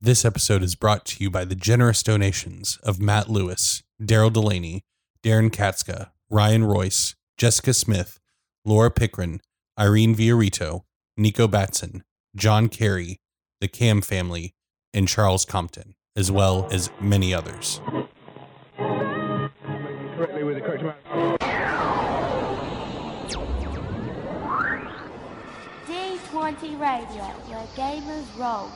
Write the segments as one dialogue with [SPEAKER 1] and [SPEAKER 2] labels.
[SPEAKER 1] This episode is brought to you by the generous donations of Matt Lewis, Daryl Delaney, Darren Katzka, Ryan Royce, Jessica Smith, Laura Pickren, Irene Viorito, Nico Batson, John Carey, the Cam family, and Charles Compton, as well as many others.
[SPEAKER 2] correctly with the correct amount.
[SPEAKER 3] D20 Radio, where gamers roll.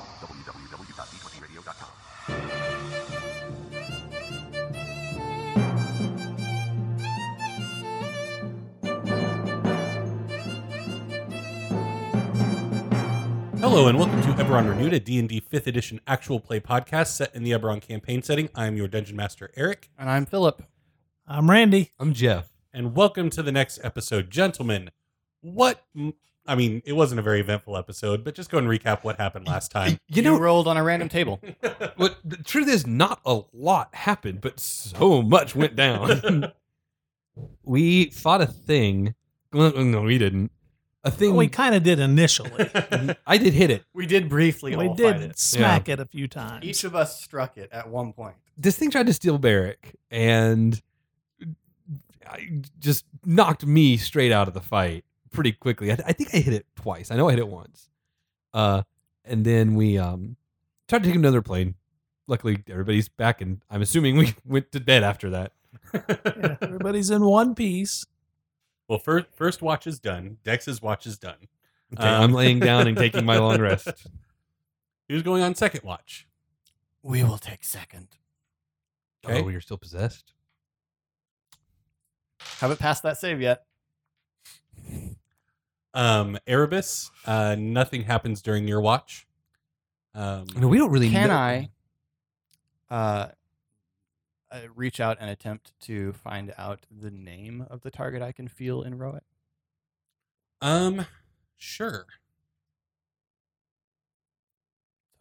[SPEAKER 1] Hello and welcome to Eberron Renewed, a D&D 5th edition actual play podcast set in the Eberron campaign setting. I am your Dungeon Master, Eric,
[SPEAKER 4] And I'm Philip.
[SPEAKER 5] I'm Randy.
[SPEAKER 6] I'm Jeff.
[SPEAKER 1] and welcome to the next episode. Gentlemen, what... I mean, it wasn't a very eventful episode, but just go and recap what happened last time.
[SPEAKER 6] You know
[SPEAKER 4] rolled on a random table.
[SPEAKER 6] what? The truth is, not a lot happened, but so much went down. we fought a thing. Well, no, we didn't. A thing.
[SPEAKER 5] Oh, We kind of did initially.
[SPEAKER 6] I did hit it.
[SPEAKER 4] We did briefly.
[SPEAKER 5] we
[SPEAKER 4] all fight
[SPEAKER 5] did
[SPEAKER 4] it.
[SPEAKER 5] smack it a few times.
[SPEAKER 4] Each of us struck it at one point.
[SPEAKER 6] This thing tried to steal Barrick and I just knocked me straight out of the fight pretty quickly. I, I think I hit it twice. I know I hit it once. Uh, and then we um, tried to take another plane. Luckily, everybody's back, and I'm assuming we went to bed after that.
[SPEAKER 5] Yeah, everybody's in one piece.
[SPEAKER 1] Well, first first watch is done. Dex's watch is done.
[SPEAKER 6] Okay, I'm laying down and taking my long rest.
[SPEAKER 1] Who's going on second watch?
[SPEAKER 4] We will take second.
[SPEAKER 1] Okay.
[SPEAKER 6] Oh, you're still possessed.
[SPEAKER 4] Haven't passed that save yet.
[SPEAKER 1] Um, Erebus, uh, nothing happens during your watch. Um,
[SPEAKER 6] No, we don't really.
[SPEAKER 4] Can
[SPEAKER 6] know.
[SPEAKER 4] I uh, uh, reach out and attempt to find out the name of the target I can feel and row it?
[SPEAKER 1] um, sure.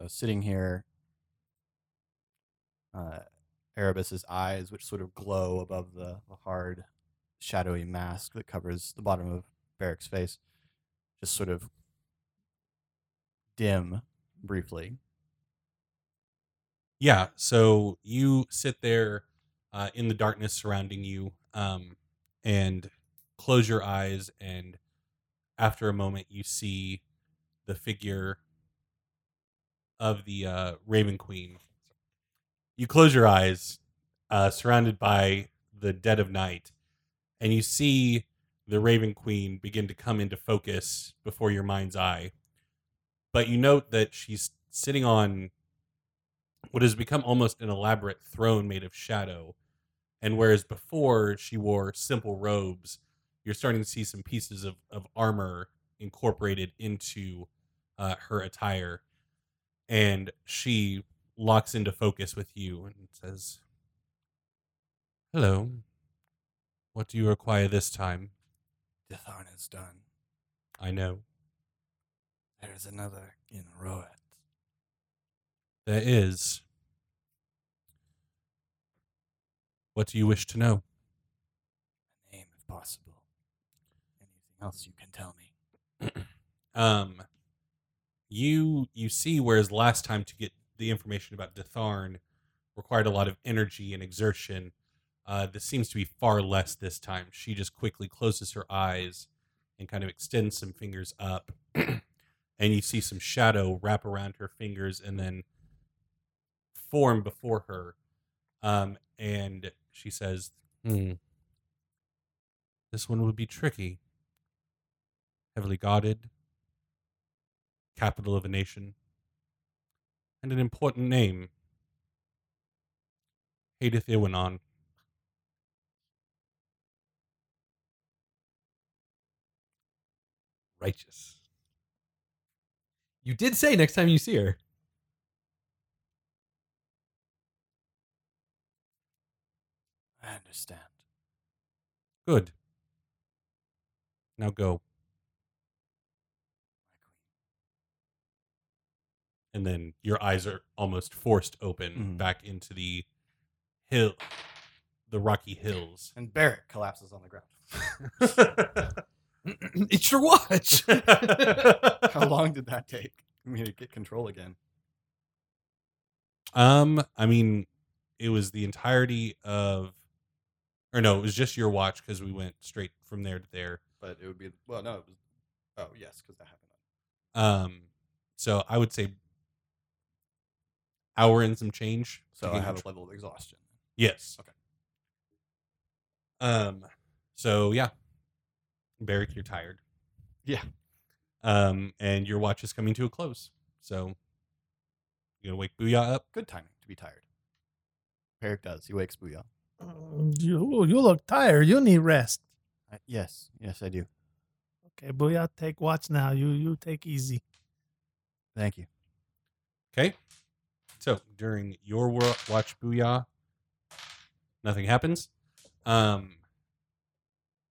[SPEAKER 4] So sitting here, uh, Erebus's eyes, which sort of glow above the, the hard, shadowy mask that covers the bottom of Barrick's face, just sort of dim briefly.
[SPEAKER 1] Yeah. So you sit there uh, in the darkness surrounding you, um, and close your eyes, and after a moment, you see the figure of the uh, Raven Queen. You close your eyes, uh, surrounded by the dead of night, and you see the Raven Queen begin to come into focus before your mind's eye. But you note that she's sitting on what has become almost an elaborate throne made of shadow. And whereas before she wore simple robes, you're starting to see some pieces of, of armor incorporated into uh, her attire. And she locks into focus with you and says, Hello. What do you require this time?
[SPEAKER 4] Dithon is done.
[SPEAKER 1] I know.
[SPEAKER 4] There is another in Roet.
[SPEAKER 1] There is. What do you wish to know?
[SPEAKER 4] Name if possible. Anything else you can tell me?
[SPEAKER 1] um you you see whereas last time to get the information about Ditharn required a lot of energy and exertion uh this seems to be far less this time she just quickly closes her eyes and kind of extends some fingers up and you see some shadow wrap around her fingers and then form before her um and she says hmm this one would be tricky heavily guarded capital of a nation, and an important name. Hadith Iwanon.
[SPEAKER 6] Righteous. You did say next time you see her.
[SPEAKER 4] I understand.
[SPEAKER 1] Good. Now go. And then your eyes are almost forced open
[SPEAKER 4] Mhm.
[SPEAKER 1] back into the hill, the rocky hills.
[SPEAKER 4] And Barrick collapses on the ground.
[SPEAKER 6] it's your watch.
[SPEAKER 4] How long did that take? I mean, to get control again.
[SPEAKER 1] Um, I mean, it was the entirety of, or no, it was just your watch because we went straight from there to there.
[SPEAKER 4] But it would be well, no, it was. Oh yes, because that happened.
[SPEAKER 1] Um, so I would say hour and some change.
[SPEAKER 4] So
[SPEAKER 1] to
[SPEAKER 4] I
[SPEAKER 1] gain
[SPEAKER 4] have a
[SPEAKER 1] control.
[SPEAKER 4] level of exhaustion.
[SPEAKER 1] yes.
[SPEAKER 4] Okay.
[SPEAKER 1] Um, so yeah, Barrick, you're tired.
[SPEAKER 4] Yeah.
[SPEAKER 1] Um, and your watch is coming to a close. So you gonna wake Booyah up?
[SPEAKER 4] Good timing to be tired. Eric does. He wakes Booyah.
[SPEAKER 5] Mm, You you look tired. You need rest.
[SPEAKER 4] I, yes, yes, I do.
[SPEAKER 5] Okay, Booyah, take watch now. You you take easy.
[SPEAKER 4] Thank you.
[SPEAKER 1] Okay. So during your wor- watch, Booyah, nothing happens. Um,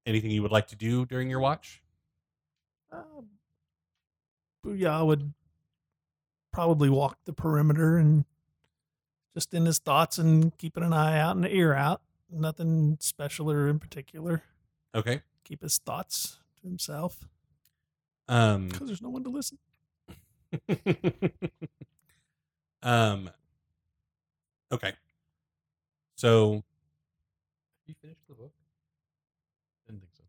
[SPEAKER 1] anything you would like to do during your watch?
[SPEAKER 5] Uh, Booyah would probably walk the perimeter and just in his thoughts and keeping an eye out and an ear out. Nothing special or in particular.
[SPEAKER 1] Okay.
[SPEAKER 5] Keep his thoughts to himself
[SPEAKER 1] Um,
[SPEAKER 6] Mm.
[SPEAKER 5] because there's no one to listen.
[SPEAKER 1] um, okay. So
[SPEAKER 6] You finished the book? Didn't think so.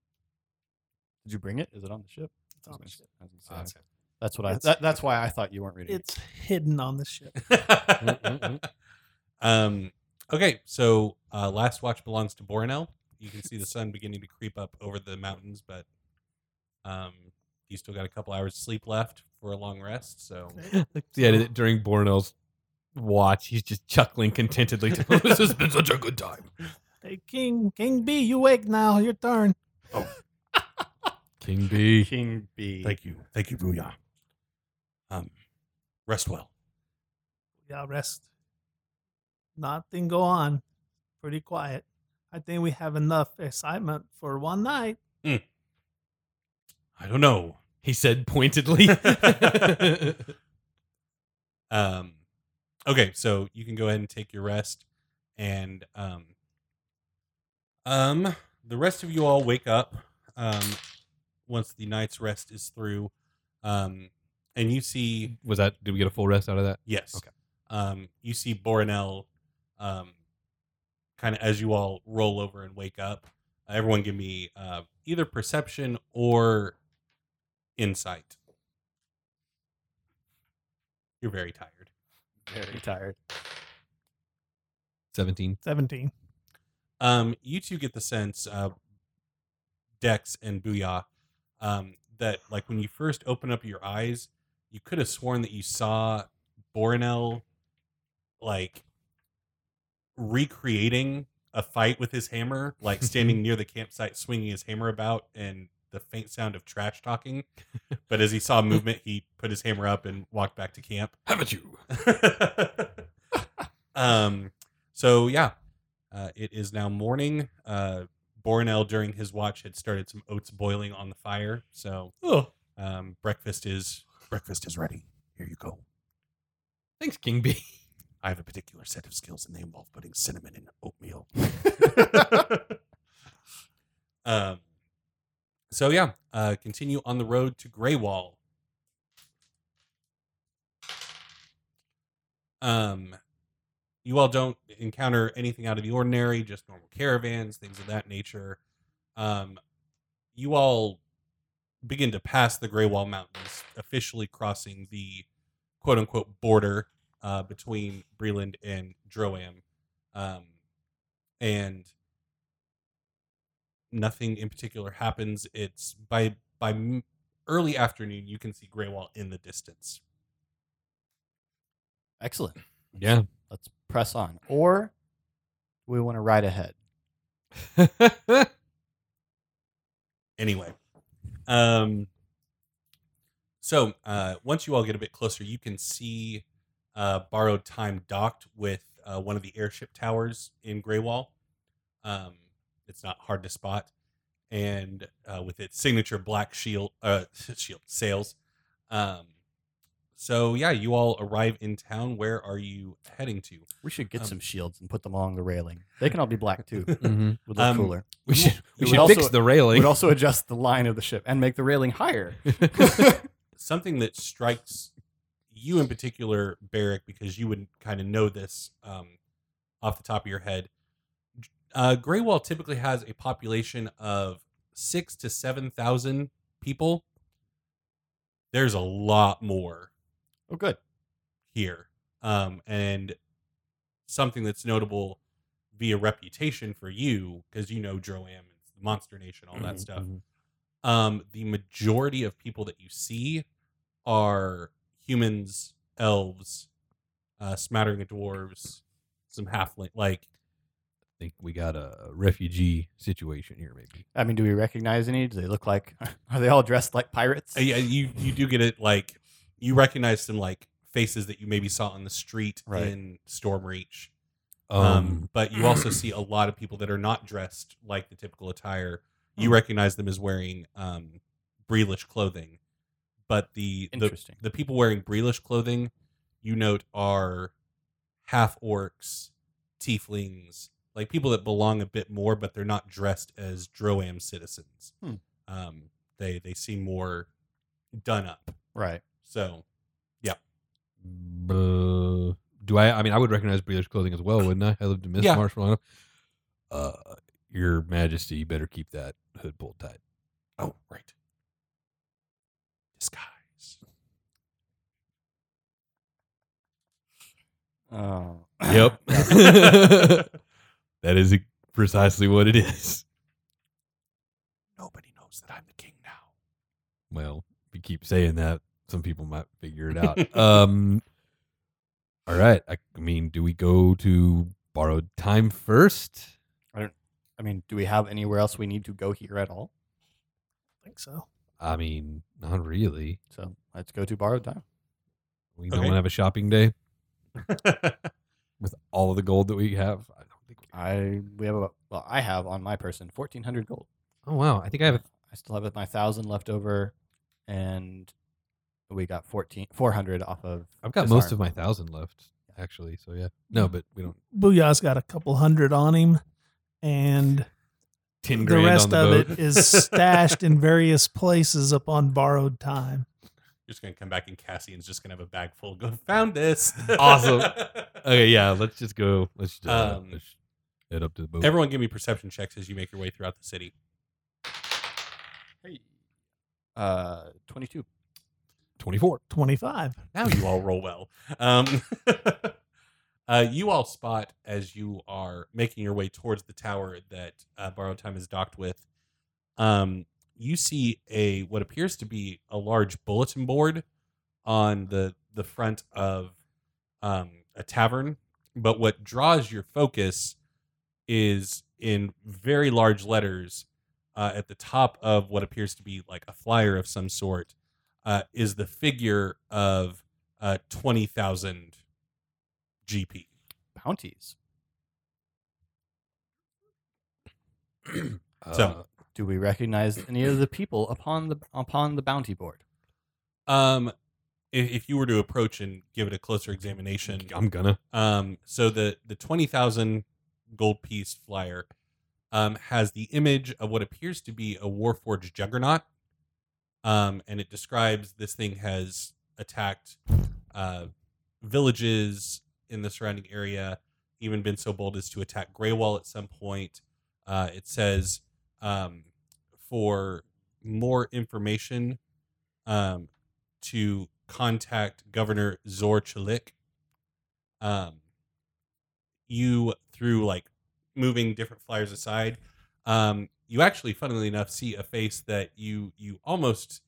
[SPEAKER 4] Did you bring it? Is it on the ship?
[SPEAKER 5] It's
[SPEAKER 1] Oh,
[SPEAKER 5] on the ship.
[SPEAKER 4] I was gonna say,
[SPEAKER 6] Ah,
[SPEAKER 4] okay. That's what I.
[SPEAKER 5] It's-
[SPEAKER 4] That, that's why I thought you weren't reading. it.
[SPEAKER 5] It's hidden on the ship.
[SPEAKER 1] Mm, um, okay, so uh, last watch belongs to Boronel. You can see the sun beginning to creep up over the mountains, but um, you still got a couple hours of sleep left for a long rest. So,
[SPEAKER 6] Yeah, d- during Bornell's watch, he's just chuckling contentedly. To, this has been such a good time.
[SPEAKER 5] Hey, King King B, you wake now. Your turn.
[SPEAKER 6] King B.
[SPEAKER 4] King B.
[SPEAKER 1] you, thank you, Booyah. Um, rest well.
[SPEAKER 5] Yeah, rest. Nothing go on. Pretty quiet. I think we have enough excitement for one night.
[SPEAKER 1] I don't know.
[SPEAKER 6] He said pointedly.
[SPEAKER 1] Um, okay, so you can go ahead and take your rest, and um, um, the rest of you all wake up um, once the night's rest is through, um, and you see
[SPEAKER 6] Was that? Did we get a full rest out of that?
[SPEAKER 1] yes,
[SPEAKER 6] Okay.
[SPEAKER 1] um, you see Borinel, um, kind of as you all roll over and wake up. Everyone, give me uh, either perception or insight. You're very tired.
[SPEAKER 4] Very tired.
[SPEAKER 6] Seventeen.
[SPEAKER 5] 17.
[SPEAKER 1] um, you two get the sense, uh, Dex and Booyah, um, that like when you first open up your eyes, you could have sworn that you saw Borinel like recreating a fight with his hammer, like standing near the campsite, swinging his hammer about, and the faint sound of trash talking. But as he saw movement, he put his hammer up and walked back to camp.
[SPEAKER 6] Haven't you?
[SPEAKER 1] um, so yeah, uh, it is now morning. Uh, Borinel during his watch had started some oats boiling on the fire, so
[SPEAKER 6] Oh,
[SPEAKER 1] um, breakfast is breakfast is ready. Here you go.
[SPEAKER 6] thanks, King B.
[SPEAKER 1] I have a particular set of skills, and they involve putting cinnamon in oatmeal. um, so yeah, uh, continue on the road to Greywall. Um, you all don't encounter anything out of the ordinary, just normal caravans, things of that nature. Um, you all begin to pass the Greywall Mountains, officially crossing the quote unquote border uh, between Breland and Droam. Um, and nothing in particular happens. It's by by m- early afternoon you can see Greywall in the distance.
[SPEAKER 4] Excellent.
[SPEAKER 6] Yeah.
[SPEAKER 4] Let's press on, or we want to ride ahead.
[SPEAKER 6] Mm-hmm.
[SPEAKER 1] Anyway, um, so uh, once you all get a bit closer, you can see uh, borrowed time docked with uh, one of the airship towers in Greywall. Um, it's not hard to spot, and uh, with its signature black shield, uh, shield sails. Um, so yeah, you all arrive in town. Where are you heading to?
[SPEAKER 4] We should get
[SPEAKER 1] Um,
[SPEAKER 4] some shields and put them along the railing. They can all be black too. Would
[SPEAKER 6] Mhm.
[SPEAKER 4] look
[SPEAKER 1] Um,
[SPEAKER 4] cooler.
[SPEAKER 6] We should we
[SPEAKER 4] would
[SPEAKER 6] should
[SPEAKER 4] also-
[SPEAKER 6] fix the
[SPEAKER 4] we
[SPEAKER 6] railing.
[SPEAKER 4] Would also adjust the line of the ship and make the railing higher.
[SPEAKER 1] something that strikes you in particular, Barrick, because you would kind of know this um, off the top of your head. Uh, Graywall typically has a population of six to seven thousand people. There's a lot more
[SPEAKER 4] Oh, good.
[SPEAKER 1] here, um, and something that's notable via reputation for you because you know Droam and the Monster Nation, all that stuff
[SPEAKER 4] Mhm.
[SPEAKER 1] um, the majority of people that you see are humans, elves, uh, smattering of dwarves, some halfling. Like
[SPEAKER 6] think we got a refugee situation here, maybe.
[SPEAKER 4] I mean, do we recognize any? Do they look like? Are they all dressed like pirates?
[SPEAKER 1] uh, yeah, you you do get it. Like you recognize some like faces that you maybe saw on the street
[SPEAKER 4] Right.
[SPEAKER 1] in Stormreach.
[SPEAKER 6] Um,
[SPEAKER 1] Um, but you also see a lot of people that are not dressed like the typical attire. You
[SPEAKER 4] Hmm.
[SPEAKER 1] recognize them as wearing um, Breelish clothing, but the the
[SPEAKER 4] Interesting.
[SPEAKER 1] the people wearing Breelish clothing, you note, are half orcs, tieflings, like people that belong a bit more, but they're not dressed as Droam citizens.
[SPEAKER 4] Hmm.
[SPEAKER 1] Um, they they seem more done up.
[SPEAKER 4] right.
[SPEAKER 1] So
[SPEAKER 6] Buh. do I? I mean, I would recognize Breeder's clothing as well, wouldn't I? I lived in Miss
[SPEAKER 1] Yeah.
[SPEAKER 6] Marshall. I know. Uh, Your Majesty, you better keep that hood pulled tight.
[SPEAKER 1] oh right, disguise.
[SPEAKER 4] Oh.
[SPEAKER 6] Yep, that is e, precisely what it is.
[SPEAKER 1] Nobody knows that I'm the king now.
[SPEAKER 6] Well, if you keep saying that, some people might figure it out. um, all right. I, I mean, do we go to borrowed time first?
[SPEAKER 4] I mean, do we have anywhere else we need to go here at all?
[SPEAKER 5] I think so.
[SPEAKER 6] I mean, not really.
[SPEAKER 4] So let's go to borrowed time.
[SPEAKER 6] We
[SPEAKER 1] Okay.
[SPEAKER 6] don't have a shopping day with all of the gold that we have. I don't think. We,
[SPEAKER 4] I we have about well, I have on my person fourteen hundred gold.
[SPEAKER 6] oh wow! I think I have.
[SPEAKER 4] I still have my thousand left over, and we got 14, 400 off of.
[SPEAKER 6] I've got
[SPEAKER 4] this
[SPEAKER 6] most
[SPEAKER 4] arm.
[SPEAKER 6] of my thousand left actually. So yeah. No, but we don't.
[SPEAKER 5] Booyah's got a couple hundred on him, and the rest of it is stashed in various places upon borrowed time.
[SPEAKER 1] just gonna come back and Cassian's just gonna have a bag full. Go found this.
[SPEAKER 6] Awesome.
[SPEAKER 1] Uh,
[SPEAKER 6] Okay, yeah. Let's just go. Let's just uh,
[SPEAKER 1] Um,
[SPEAKER 6] let's head up to the boat.
[SPEAKER 1] Everyone, give me perception checks as you make your way throughout the city.
[SPEAKER 4] Uh, 22.
[SPEAKER 6] Twenty-four.
[SPEAKER 5] Twenty-five.
[SPEAKER 1] Now you all roll well. Um, uh, you all spot as you are making your way towards the tower that uh, Borrowed Time is docked with. Um, you see a what appears to be a large bulletin board on the the front of um, a tavern, but what draws your focus is in very large letters uh, at the top of what appears to be like a flyer of some sort uh, is the figure of uh, 20,000 GP.
[SPEAKER 4] Bounties.
[SPEAKER 6] Uh,
[SPEAKER 1] So-
[SPEAKER 4] Do we recognize any of the people upon the upon the bounty board?
[SPEAKER 1] Um, if, if you were to approach and give it a closer examination,
[SPEAKER 6] I'm gonna.
[SPEAKER 1] um, so the, the 20,000 gold piece flyer um, has the image of what appears to be a Warforged juggernaut. Um, and it describes this thing has attacked uh, villages in the surrounding area, even been so bold as to attack Greywall at some point. Uh, it says um, for more information um, to contact Governor Zor Chalik. Um, you, through like moving different flyers aside, um, you actually, funnily enough, see a face that you you almost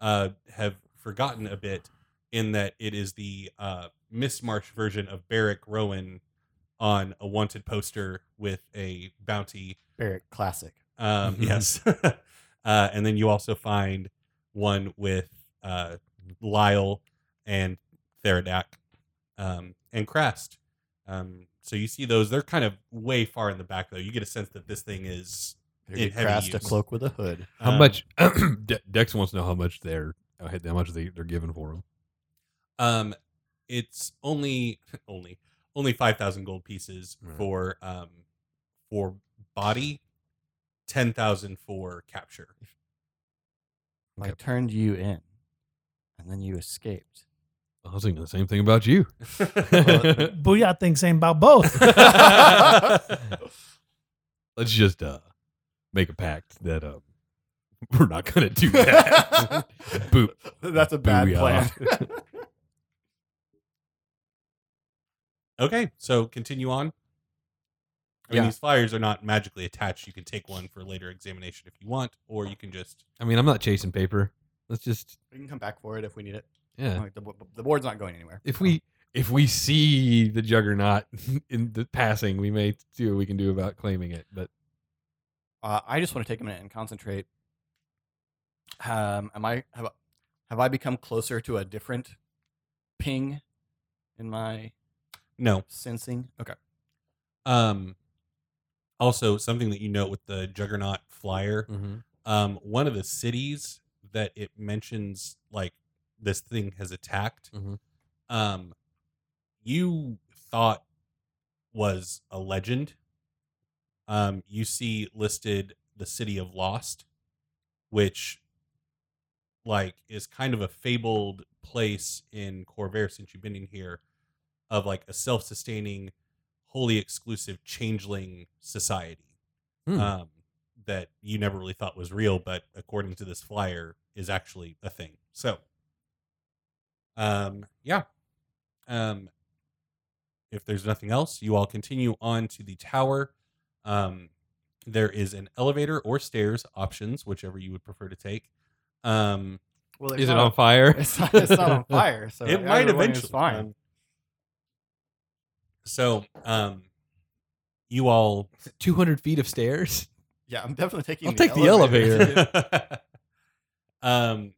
[SPEAKER 1] uh, have forgotten a bit, in that it is the uh, Miss March version of Barrick Rowan on a wanted poster with a bounty
[SPEAKER 4] Barrett Classic.
[SPEAKER 1] um,
[SPEAKER 6] Mhm.
[SPEAKER 1] yes. uh, and then you also find one with uh, Lyle and Theradak um, and Crest. Um, so you see those. They're kind of way far in the back, though. You get a sense that this thing is.
[SPEAKER 4] Better
[SPEAKER 1] In
[SPEAKER 4] get
[SPEAKER 1] heavy
[SPEAKER 4] Crast a
[SPEAKER 1] use.
[SPEAKER 4] cloak with a hood.
[SPEAKER 6] How
[SPEAKER 1] um,
[SPEAKER 6] much? De- Dex wants to know how much they're how much they, they're giving for them.
[SPEAKER 1] Um, it's only only only five thousand gold pieces
[SPEAKER 6] Right.
[SPEAKER 1] for um for body, ten thousand for capture.
[SPEAKER 4] I turned you in, and then you escaped.
[SPEAKER 6] I was thinking the same thing about you.
[SPEAKER 5] Booyah thinks ain't about both.
[SPEAKER 6] Let's just uh, make a pact that um, we're not going to do that. Boop.
[SPEAKER 4] That's a bad plan.
[SPEAKER 6] Booyah.
[SPEAKER 1] Okay, so continue on. I mean,
[SPEAKER 6] Yeah.
[SPEAKER 1] these flyers are not magically attached. You can take one for later examination if you want, or you can just
[SPEAKER 6] I mean, I'm not chasing paper. Let's just
[SPEAKER 4] we can come back for it if we need it.
[SPEAKER 6] yeah.
[SPEAKER 4] Like the, bo- the board's not going anywhere.
[SPEAKER 6] If we if we see the juggernaut in the passing, we may see what we can do about claiming it. But
[SPEAKER 4] Uh, I just want to take a minute and concentrate. Um, am I have I- have I become closer to a different ping in my
[SPEAKER 1] no.
[SPEAKER 4] sensing? Okay.
[SPEAKER 1] Um, also, something that you note with the Juggernaut flyer,
[SPEAKER 6] Mm-hmm.
[SPEAKER 1] um, one of the cities that it mentions, like this thing has attacked,
[SPEAKER 6] Mhm.
[SPEAKER 1] um, you thought was a legend. Um, you see listed the city of Lost, which like is kind of a fabled place in Corvair since you've been in here of like a self-sustaining, wholly exclusive changeling society
[SPEAKER 6] Hmm.
[SPEAKER 1] um, that you never really thought was real, but according to this flyer, is actually a thing. So, um, yeah. Um, if there's nothing else, you all continue on to the tower. Um, there is an elevator or stairs options, whichever you would prefer to take. Um,
[SPEAKER 4] Well,
[SPEAKER 6] is it on fire?
[SPEAKER 4] It's not, it's not on fire, so
[SPEAKER 1] it might
[SPEAKER 4] either way is
[SPEAKER 1] eventually.
[SPEAKER 4] fine.
[SPEAKER 1] um, so, um, you all
[SPEAKER 6] Two hundred feet of stairs.
[SPEAKER 4] yeah, I'm definitely taking.
[SPEAKER 6] I'll take the elevator.
[SPEAKER 1] um,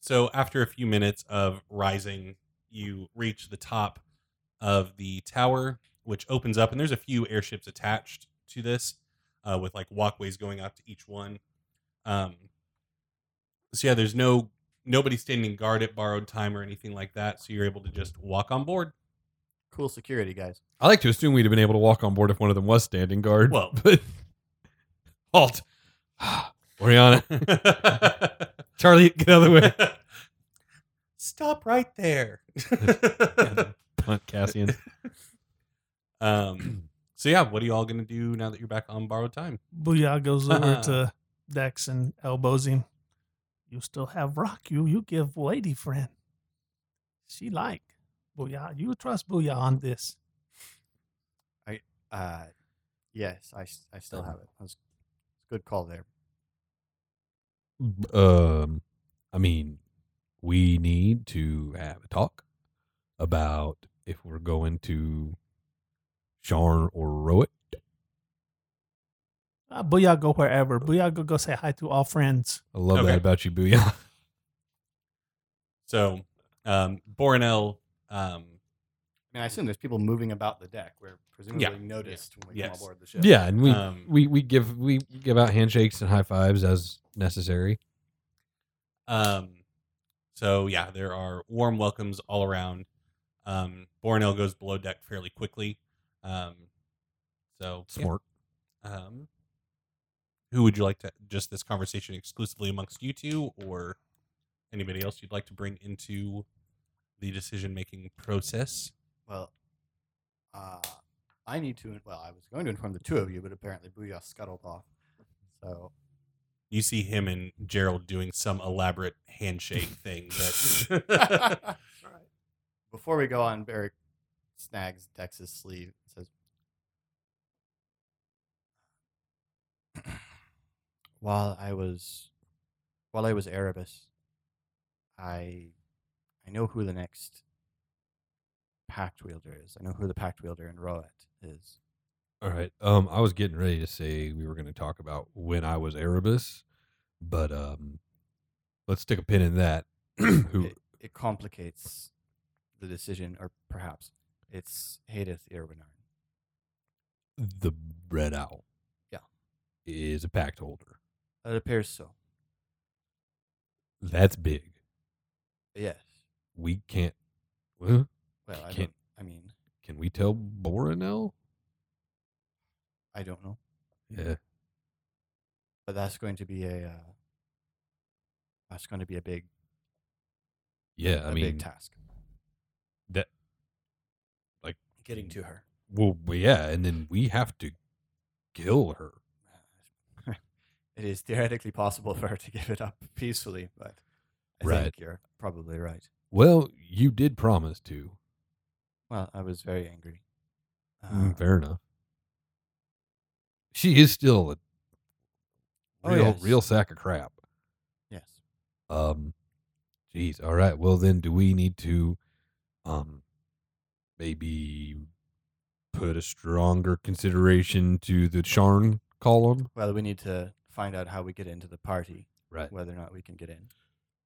[SPEAKER 1] so after a few minutes of rising, you reach the top of the tower, which opens up, and there's a few airships attached to this, uh, with like walkways going up to each one. Um, so yeah, there's no nobody standing guard at borrowed time or anything like that, so you're able to just walk on board.
[SPEAKER 4] cool security guys.
[SPEAKER 6] I like to assume we'd have been able to walk on board if one of them was standing guard.
[SPEAKER 1] Well-
[SPEAKER 6] but halt, Oriana, Charlie, get out of the way.
[SPEAKER 1] Stop right there.
[SPEAKER 6] Punt Cassian.
[SPEAKER 1] Um, so yeah, what are you all gonna do now that you're back on borrowed time?
[SPEAKER 5] Booyah goes over to Dex and elbows him. You still have rock. You you give lady friend. She like Booyah. You trust Booyah on this.
[SPEAKER 4] Uh, yes, I, s- I still have it. That was good call there.
[SPEAKER 6] Um, I mean, we need to have a talk about if we're going to Sharn or Roit.
[SPEAKER 5] Uh, Booyah go wherever. Booyah go go say hi to all friends.
[SPEAKER 6] I love
[SPEAKER 1] Okay.
[SPEAKER 6] that about you, Booyah.
[SPEAKER 1] So um Borinel, um
[SPEAKER 4] I mean, I assume there's people moving about the deck. We're presumably noticed when we come
[SPEAKER 1] Yes.
[SPEAKER 4] aboard the ship.
[SPEAKER 6] Yeah, and we
[SPEAKER 1] um,
[SPEAKER 6] we we give we give out handshakes and high fives as necessary.
[SPEAKER 1] um so yeah, there are warm welcomes all around. Um Borinel goes below deck fairly quickly. Um so yeah.
[SPEAKER 6] Smart.
[SPEAKER 1] um who would you like to just this conversation exclusively amongst you two or anybody else you'd like to bring into the decision making process?
[SPEAKER 4] Well, uh, I need to. Well, I was going to inform the two of you, but apparently Booyah scuttled off. So
[SPEAKER 1] you see him and Gerald doing some elaborate handshake thing that
[SPEAKER 4] before we go on, Barrick snags Dex's sleeve and says, "While I was, while I was Erebus, I, I know who the next pact wielder is. I know who the pact wielder in Roet is.
[SPEAKER 6] All right. Um, I was getting ready to say we were going to talk about when I was Erebus, but um, let's stick a pin in that. Who?
[SPEAKER 4] It, it complicates the decision, or perhaps it's Hadith Irwinarn.
[SPEAKER 6] The Red Owl.
[SPEAKER 4] Yeah.
[SPEAKER 6] Is a pact holder.
[SPEAKER 4] It appears so.
[SPEAKER 6] That's big.
[SPEAKER 4] Yes.
[SPEAKER 6] We can't. Well,
[SPEAKER 4] Well, I,
[SPEAKER 6] Can't-
[SPEAKER 4] don't, I mean,
[SPEAKER 6] can we tell Borinel?
[SPEAKER 4] I don't know."
[SPEAKER 6] Yeah.
[SPEAKER 4] but that's going to be a uh, that's going to be a big
[SPEAKER 6] Yeah. I
[SPEAKER 4] a
[SPEAKER 6] mean,
[SPEAKER 4] big task. getting
[SPEAKER 6] mm.
[SPEAKER 4] to her.
[SPEAKER 6] Well, yeah, and then we have to kill her.
[SPEAKER 4] It is theoretically possible for her to give it up peacefully, but I
[SPEAKER 6] Right.
[SPEAKER 4] think you're probably right.
[SPEAKER 6] Well, you did promise to.
[SPEAKER 4] Well, I was very angry.
[SPEAKER 6] Mm,
[SPEAKER 4] Uh,
[SPEAKER 6] Fair enough. She is still a
[SPEAKER 4] Oh,
[SPEAKER 6] real,
[SPEAKER 4] yes.
[SPEAKER 6] real sack of crap.
[SPEAKER 4] yes.
[SPEAKER 6] Um, geez. All right. Well, then, do we need to, um, maybe put a stronger consideration to the Charn column?
[SPEAKER 4] Well, we need to find out how we get into the party,
[SPEAKER 6] Right.
[SPEAKER 4] whether or not we can get in.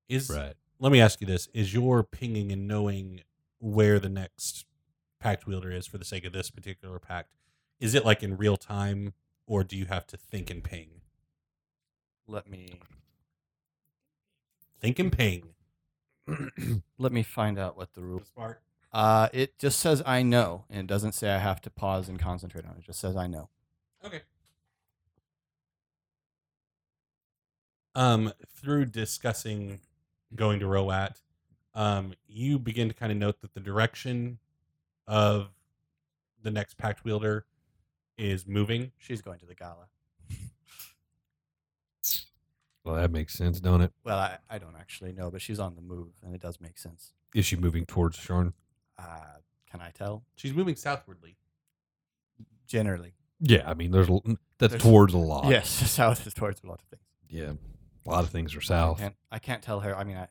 [SPEAKER 1] Is
[SPEAKER 6] Right.
[SPEAKER 1] let me ask you this: Is your pinging and knowing where the next pact wielder is for the sake of this particular pact? Is it like in real time, or do you have to think and ping?
[SPEAKER 4] Let me
[SPEAKER 1] Think and ping.
[SPEAKER 4] let me find out what the rules.
[SPEAKER 1] Smart.
[SPEAKER 4] Uh, it just says I know, and it doesn't say I have to pause and concentrate on it. It just says I know.
[SPEAKER 1] Okay. Um, through discussing going to Roat, um, you begin to kind of note that the direction of the next pact wielder is moving.
[SPEAKER 4] She's going to the gala.
[SPEAKER 6] Well, that makes sense, don't it?
[SPEAKER 4] Well, I, I don't actually know, but she's on the move, and it does make sense.
[SPEAKER 6] Is she moving towards Sharn?
[SPEAKER 4] Uh, can I tell?
[SPEAKER 1] She's moving southwardly.
[SPEAKER 4] Generally,
[SPEAKER 6] Yeah, I mean, there's a l- that's
[SPEAKER 4] There's-
[SPEAKER 6] towards a lot.
[SPEAKER 4] yes. South is towards a lot of things.
[SPEAKER 6] yeah, a lot of things are
[SPEAKER 4] I
[SPEAKER 6] south.
[SPEAKER 4] can't, I can't tell her. I mean, I,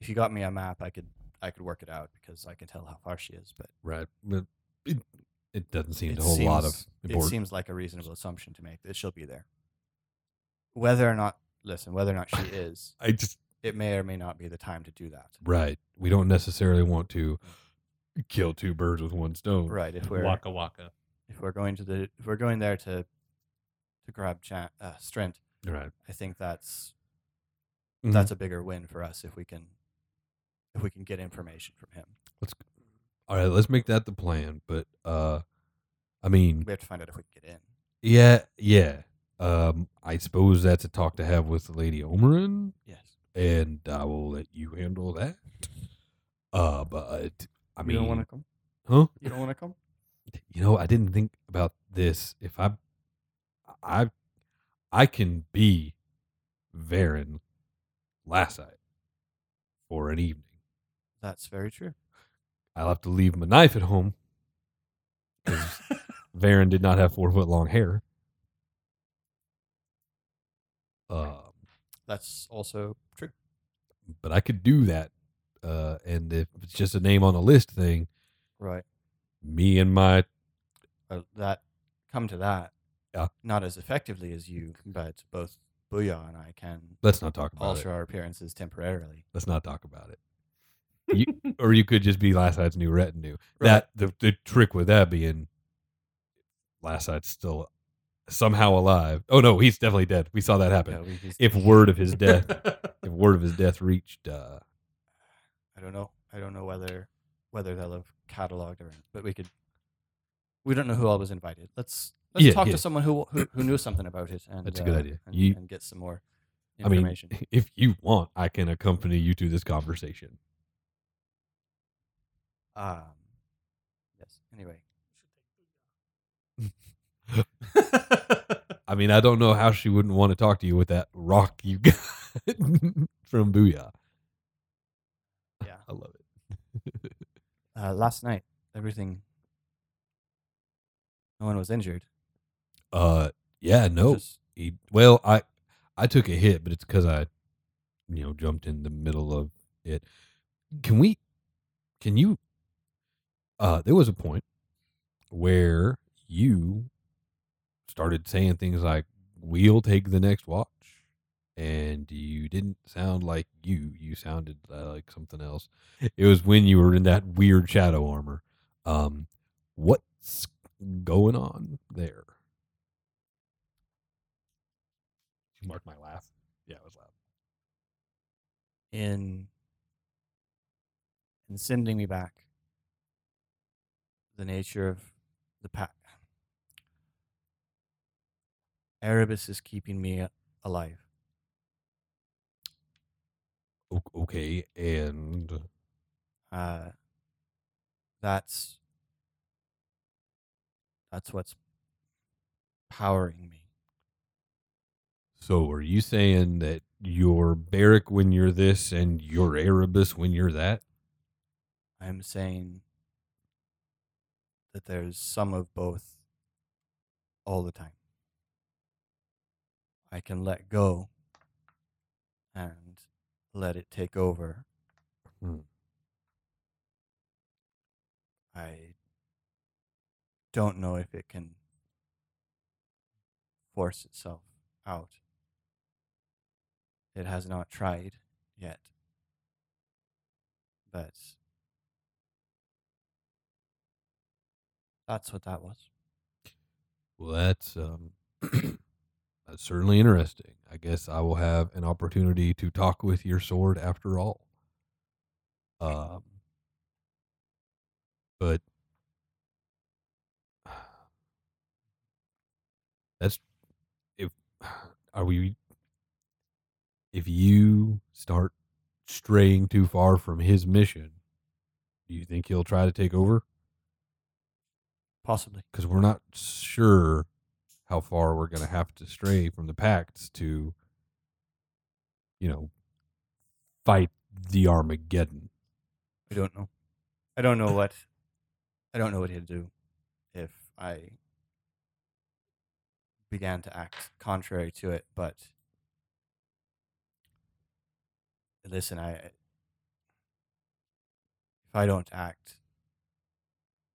[SPEAKER 4] if you got me a map, I could I could work it out because I can tell how far she is. But
[SPEAKER 6] Right, but it, it doesn't seem
[SPEAKER 4] it
[SPEAKER 6] a whole lot of
[SPEAKER 4] seems- it
[SPEAKER 6] importance.
[SPEAKER 4] seems like a reasonable assumption to make that she'll be there. Whether or not, listen, whether or not she is,
[SPEAKER 6] I just
[SPEAKER 4] it may or may not be the time to do that.
[SPEAKER 6] right. We don't necessarily want to kill two birds with one stone.
[SPEAKER 4] Right. If we're
[SPEAKER 1] Waka waka.
[SPEAKER 4] if we're going to the if we're going there to to grab cha- uh, Strint,
[SPEAKER 6] Right.
[SPEAKER 4] I think that's
[SPEAKER 6] Mhm.
[SPEAKER 4] that's a bigger win for us if we can if we can get information from him.
[SPEAKER 6] Let's. All right. Let's make that the plan. But uh, I mean,
[SPEAKER 4] We have to find out if we can get in.
[SPEAKER 6] yeah, yeah. Um, I suppose that's a talk to have with Lady Omeron.
[SPEAKER 4] Yes.
[SPEAKER 6] and I will let you handle that. Uh, but I mean,
[SPEAKER 4] you don't want to come.
[SPEAKER 6] huh?
[SPEAKER 4] You don't want to come.
[SPEAKER 6] You know, I didn't think about this. If I, I, I can be Varen Lassite for an evening.
[SPEAKER 4] That's very true.
[SPEAKER 6] I'll have to leave my knife at home. Varen did not have four foot long hair. Uh,
[SPEAKER 4] That's also true.
[SPEAKER 6] but I could do that. Uh, and if it's just a name on a list thing,
[SPEAKER 4] Right.
[SPEAKER 6] me and my
[SPEAKER 4] Uh, that come to that.
[SPEAKER 6] Yeah.
[SPEAKER 4] Not as effectively as you, but both Booyah and I can
[SPEAKER 6] let's not talk about
[SPEAKER 4] alter
[SPEAKER 6] it.
[SPEAKER 4] our appearances temporarily.
[SPEAKER 6] Let's not talk about it. You, or you could just be Last Sight's new retinue.
[SPEAKER 4] Right.
[SPEAKER 6] That the the trick with that being Last Sight's still somehow alive. Oh no, he's definitely dead. We saw that happen.
[SPEAKER 4] Yeah, we just-
[SPEAKER 6] If word of his death, if word of his death reached, uh,
[SPEAKER 4] I don't know. I don't know whether whether they'll have cataloged or but we could. We don't know who all was invited. Let's let's
[SPEAKER 6] Yeah,
[SPEAKER 4] talk
[SPEAKER 6] yeah.
[SPEAKER 4] to someone who, who who knew something about it. And,
[SPEAKER 6] That's a good
[SPEAKER 4] uh,
[SPEAKER 6] idea.
[SPEAKER 4] And,
[SPEAKER 6] You-
[SPEAKER 4] and get some more
[SPEAKER 6] I mean,
[SPEAKER 4] information.
[SPEAKER 6] if you want, I can accompany you to this conversation.
[SPEAKER 4] um, yes. Anyway,
[SPEAKER 6] I mean, I don't know how she wouldn't want to talk to you with that rock you got from Booyah.
[SPEAKER 4] yeah.
[SPEAKER 6] I love it.
[SPEAKER 4] Uh, last night, everything. No one was injured.
[SPEAKER 6] Uh, yeah, no.
[SPEAKER 4] Just-
[SPEAKER 6] he well i i took a hit but it's because i you know jumped in the middle of it can we can you uh there was a point where you started saying things like we'll take the next watch and you didn't sound like you you sounded uh, like something else it was when you were in that weird shadow armor um what's going on there you mark my laugh yeah it was loud
[SPEAKER 4] in in sending me back the nature of the pack. Erebus is keeping me a- alive.
[SPEAKER 6] O- okay and
[SPEAKER 4] Uh, that's That's what's powering me.
[SPEAKER 6] So are you saying that you're Barrick when you're this and you're Erebus when you're that?
[SPEAKER 4] I'm saying that there's some of both all the time. I can let go and let it take over.
[SPEAKER 6] Hmm.
[SPEAKER 4] I don't know if it can force itself out. It has not tried yet. But that's what that was.
[SPEAKER 6] Well, that's um, that's certainly interesting. I guess I will have an opportunity to talk with your sword after all. Um, but that's if are we if you start straying too far from his mission, do you think he'll try to take over?
[SPEAKER 4] Possibly.
[SPEAKER 6] because we're not sure how far we're going to have to stray from the pacts to, you know, fight the Armageddon.
[SPEAKER 4] I don't know. I don't know what. I don't know what he'd do if I began to act contrary to it. But listen, I if I don't act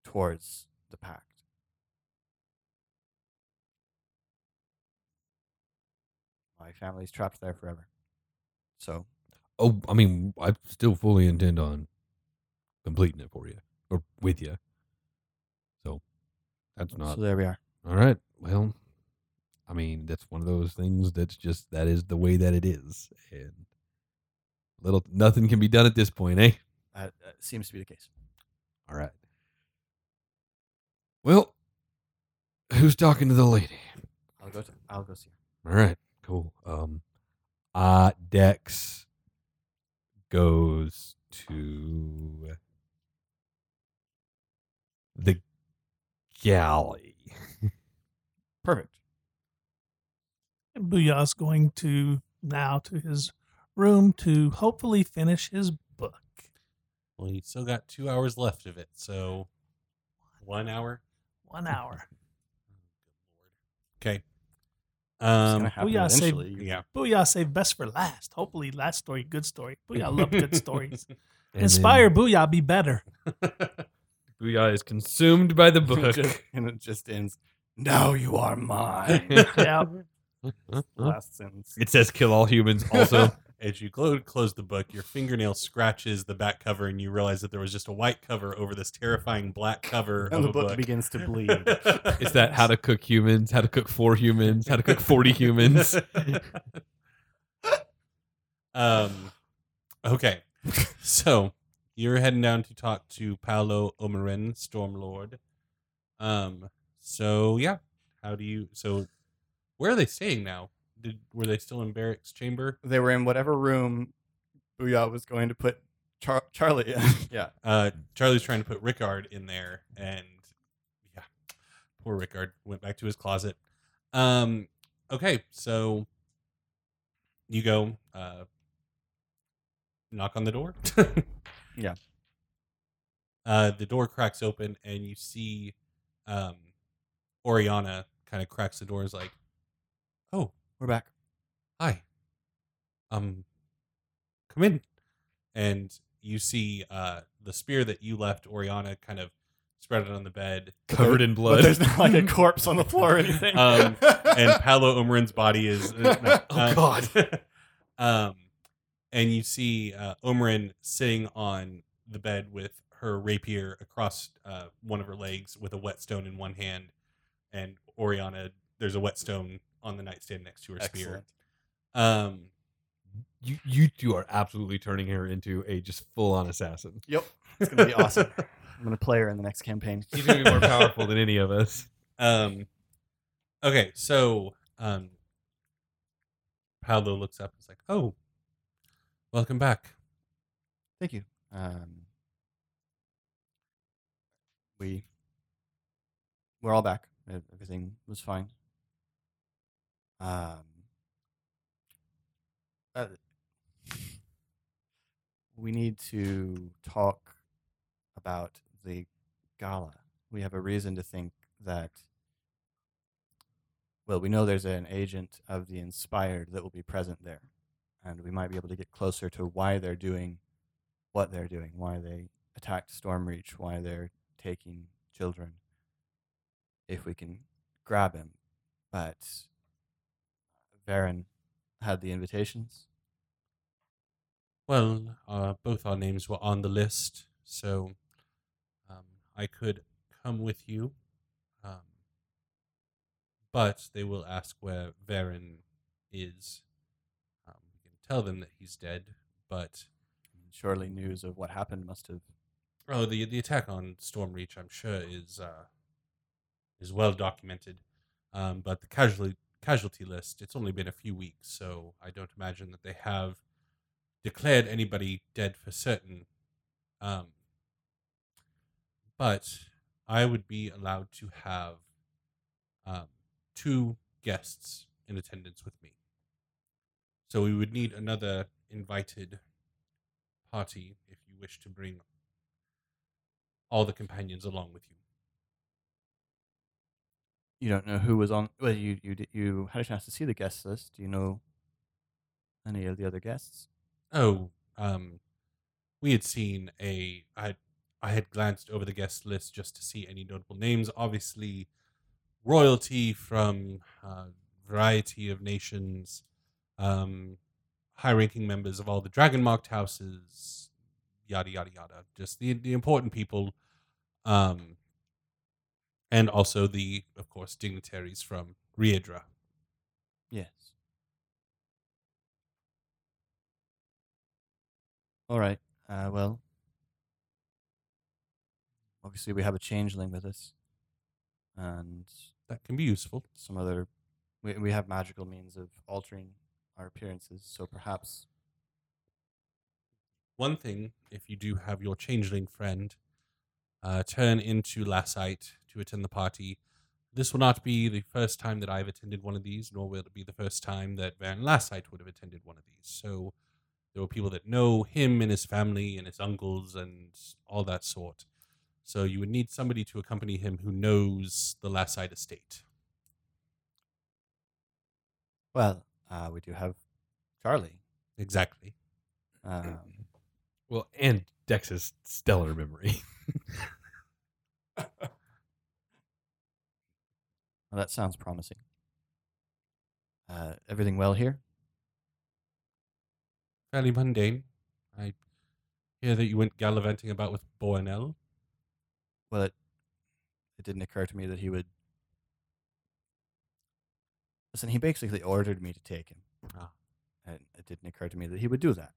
[SPEAKER 4] towards the pact, my family's trapped there forever. So
[SPEAKER 6] Oh, I mean, I still fully intend on completing it for you or with you. So that's not
[SPEAKER 4] so there we are.
[SPEAKER 6] all right. Well, I mean, that's one of those things that's just that is the way that it is, and little nothing can be done at this point, eh?
[SPEAKER 4] That, that seems to be the case.
[SPEAKER 6] All right. Well, who's talking to the lady?
[SPEAKER 4] I'll go. To, I'll go see. her.
[SPEAKER 6] All right, cool. Um, uh, Dex goes to the galley.
[SPEAKER 4] Perfect.
[SPEAKER 5] And Booyah's going to now to his room to hopefully finish his book.
[SPEAKER 1] Well, you still got two hours left of it, so one hour.
[SPEAKER 5] One hour.
[SPEAKER 1] Okay.
[SPEAKER 4] It's gonna
[SPEAKER 1] Um.
[SPEAKER 4] happen
[SPEAKER 5] yeah, save-
[SPEAKER 4] eventually. You-
[SPEAKER 1] Yeah.
[SPEAKER 5] Booyah saved best for last. Hopefully, last story, good story. Booyah love good stories.
[SPEAKER 6] And
[SPEAKER 5] Inspire Booyah, be better.
[SPEAKER 6] then Booyah is consumed by the
[SPEAKER 4] Just-
[SPEAKER 6] book.
[SPEAKER 4] and it just ends. Now you are mine.
[SPEAKER 5] Yeah.
[SPEAKER 4] Last sentence.
[SPEAKER 6] it says kill all humans. Also,
[SPEAKER 1] As you clo- close the book, your fingernail scratches the back cover, and you realize that there was just a white cover over this terrifying black cover
[SPEAKER 4] And
[SPEAKER 1] of
[SPEAKER 4] the
[SPEAKER 1] a
[SPEAKER 4] book,
[SPEAKER 1] book.
[SPEAKER 4] begins to bleed.
[SPEAKER 6] it's that how to cook humans, how to cook four humans, how to cook forty humans.
[SPEAKER 1] um, okay, so you're heading down to talk to Paolo Omerin, Stormlord. Um, so yeah, how do you? So, where are they staying now? Did were they still in Barracks chamber?
[SPEAKER 4] they were in whatever room Booyah was going to put Char- Charlie in. yeah.
[SPEAKER 1] Uh, Charlie's trying to put Rickard in there, and yeah, poor Rickard went back to his closet. Um, okay, so you go uh, knock on the door.
[SPEAKER 4] Yeah.
[SPEAKER 1] Uh, the door cracks open, and you see um, Oriana kind of cracks the door. Is like, oh,
[SPEAKER 4] We're back.
[SPEAKER 1] hi um come in and you see uh the spear that you left oriana kind of spread it on the bed
[SPEAKER 6] Covered in
[SPEAKER 4] But
[SPEAKER 6] blood.
[SPEAKER 4] there's not like a corpse on the floor or anything.
[SPEAKER 1] Um, and paolo Omerin's body is
[SPEAKER 6] Oh,
[SPEAKER 1] god um and you see uh Omerin sitting on the bed with her rapier across uh one of her legs with a whetstone in one hand and oriana there's a whetstone on the nightstand next to her
[SPEAKER 4] Excellent.
[SPEAKER 1] spear um
[SPEAKER 6] you you two are absolutely turning her into a just full on assassin.
[SPEAKER 4] Yep. It's going to be awesome. I'm going to play her in the next campaign.
[SPEAKER 6] She's gonna be more powerful than any of us.
[SPEAKER 1] Um, okay, so um, Paolo looks up and is like, "Oh, welcome back."
[SPEAKER 4] Thank you. Um, we we're all back. Ev- Everything was fine. Um, uh, we need to talk about the gala. We have a reason to think that. Well, we know there's an agent of the inspired that will be present there, and we might be able to get closer to why they're doing what they're doing, why they attacked Stormreach, why they're taking children if we can grab him. But Varen had the invitations.
[SPEAKER 1] Well, uh, both our names were on the list, so um, I could come with you. Um, but they will ask where Varen is. Um, we can tell them that he's dead, but
[SPEAKER 4] Surely news of what happened must have.
[SPEAKER 1] oh, the the attack on Stormreach, I'm sure, is uh, is well documented. Um, but the casualty casualty list, it's only been a few weeks, so I don't imagine that they have declared anybody dead for certain. Um, but I would be allowed to have um, two guests in attendance with me. So we would need another invited party if you wish to bring all the companions along with you.
[SPEAKER 4] You don't know who was on. Well, you you di- you had a chance to see the guest list. Do you know any of the other guests?
[SPEAKER 1] Oh, um, we had seen a. I I had glanced over the guest list just to see any notable names. Obviously, royalty from uh, variety of nations, um, high-ranking members of all the dragon-marked houses, yada yada yada. Just the the important people, um, and also the of course dignitaries from Riedra.
[SPEAKER 4] Yes. All right. Uh, well, obviously we have a changeling with us, and
[SPEAKER 1] That can be useful.
[SPEAKER 4] some other we, we have magical means of altering our appearances so perhaps
[SPEAKER 1] one thing if you do have your changeling friend uh, turn into lassite to attend the party this will not be the first time that i've attended one of these nor will it be the first time that van lassite would have attended one of these so there were people that know him and his family and his uncles and all that sort so you would need somebody to accompany him who knows the lassite estate
[SPEAKER 4] well uh, we do have charlie
[SPEAKER 1] exactly
[SPEAKER 4] um,
[SPEAKER 6] Well, and Dex's stellar memory.
[SPEAKER 4] well, that sounds promising uh, everything well here
[SPEAKER 1] fairly mundane i hear that you went gallivanting about with boanel
[SPEAKER 4] well it, it didn't occur to me that he would listen he basically ordered me to take him
[SPEAKER 1] Ah.
[SPEAKER 4] and it didn't occur to me that he would do that